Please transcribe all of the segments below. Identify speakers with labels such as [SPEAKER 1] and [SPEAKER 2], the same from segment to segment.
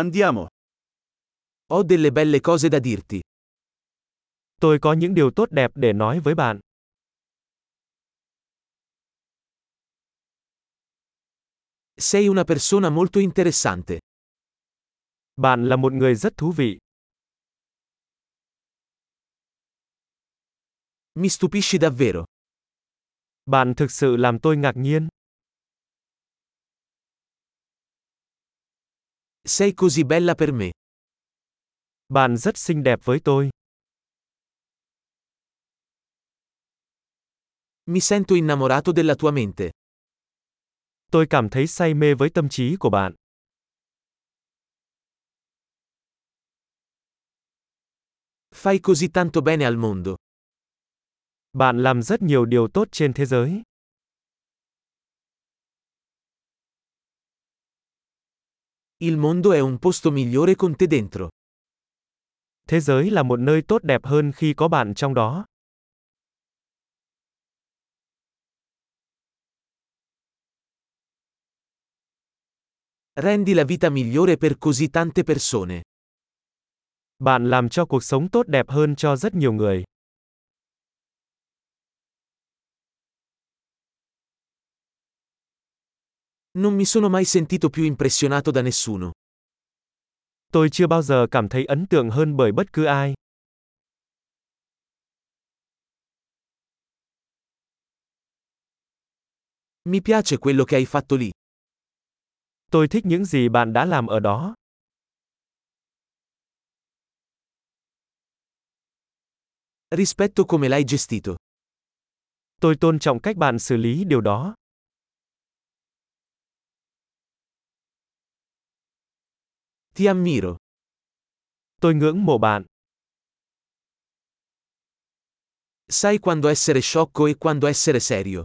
[SPEAKER 1] Andiamo. Ho delle belle cose da dirti.
[SPEAKER 2] Tôi có những điều tốt đẹp để nói với bạn.
[SPEAKER 1] Sei una persona molto interessante.
[SPEAKER 2] Bạn là một người rất thú vị.
[SPEAKER 1] Mi stupisci davvero.
[SPEAKER 2] Bạn thực sự làm tôi ngạc nhiên.
[SPEAKER 1] Sei così bella per me.
[SPEAKER 2] Bạn rất xinh đẹp với tôi.
[SPEAKER 1] Mi sento innamorato della tua mente.
[SPEAKER 2] Tôi cảm thấy say mê với tâm trí của bạn.
[SPEAKER 1] Fai così tanto bene al mondo.
[SPEAKER 2] Bạn làm rất nhiều điều tốt trên thế giới.
[SPEAKER 1] Il mondo è un posto migliore con te dentro.
[SPEAKER 2] Thế giới là một nơi tốt đẹp hơn khi có bạn trong đó.
[SPEAKER 1] Rendi la vita migliore per così tante persone.
[SPEAKER 2] Bạn làm cho cuộc sống tốt đẹp hơn cho rất nhiều người.
[SPEAKER 1] Non mi sono mai sentito più impressionato da nessuno.
[SPEAKER 2] Tôi chưa bao giờ cảm thấy ấn tượng hơn bởi bất cứ ai.
[SPEAKER 1] Mi piace quello che hai fatto lì.
[SPEAKER 2] Tôi thích những gì bạn đã làm ở đó.
[SPEAKER 1] Rispetto come l'hai gestito.
[SPEAKER 2] Tôi tôn trọng cách bạn xử lý điều đó.
[SPEAKER 1] Ti ammiro.
[SPEAKER 2] Tôi ngưỡng mộ bạn.
[SPEAKER 1] Sai quando essere sciocco e quando essere serio.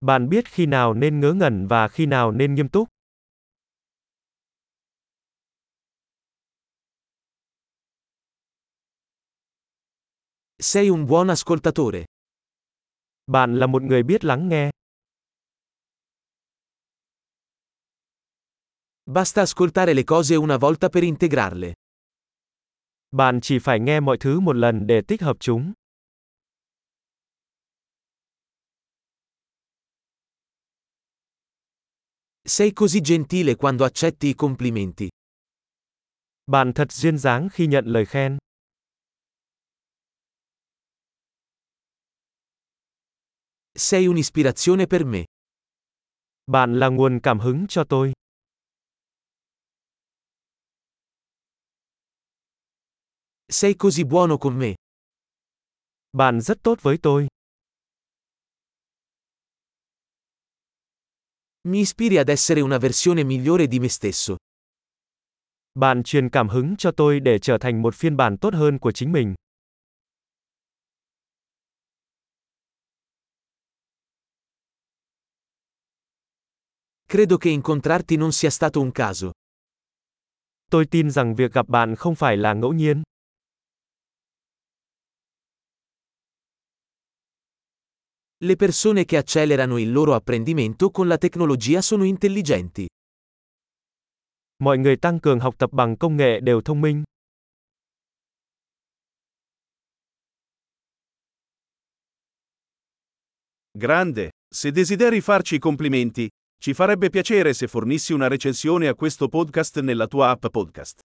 [SPEAKER 2] Bạn biết khi nào nên ngớ ngẩn và khi nào nên nghiêm túc.
[SPEAKER 1] Sei un buon ascoltatore.
[SPEAKER 2] Bạn là một người biết lắng nghe.
[SPEAKER 1] Basta ascoltare le cose una volta per integrarle.
[SPEAKER 2] Bạn chỉ phải nghe mọi thứ một lần để tích hợp chúng.
[SPEAKER 1] Sei così gentile quando accetti i complimenti.
[SPEAKER 2] Bạn thật duyên dáng khi nhận lời khen.
[SPEAKER 1] Sei un'ispirazione per me.
[SPEAKER 2] Bạn là nguồn cảm hứng cho tôi.
[SPEAKER 1] Sei così buono con me.
[SPEAKER 2] Bạn rất tốt với tôi.
[SPEAKER 1] Mi ispiri ad essere una versione migliore di me stesso.
[SPEAKER 2] Bạn truyền cảm hứng cho tôi để trở thành một phiên bản tốt hơn của chính mình.
[SPEAKER 1] Credo che incontrarti non sia stato un caso.
[SPEAKER 2] Tôi tin rằng việc gặp bạn không phải là ngẫu nhiên.
[SPEAKER 1] Le persone che accelerano il loro apprendimento con la tecnologia sono intelligenti.
[SPEAKER 2] Mọi người tăng cường học tập bằng công nghệ đều thông minh.
[SPEAKER 3] Grande, se desideri farci i complimenti, ci farebbe piacere se fornissi una recensione a questo podcast nella tua app podcast.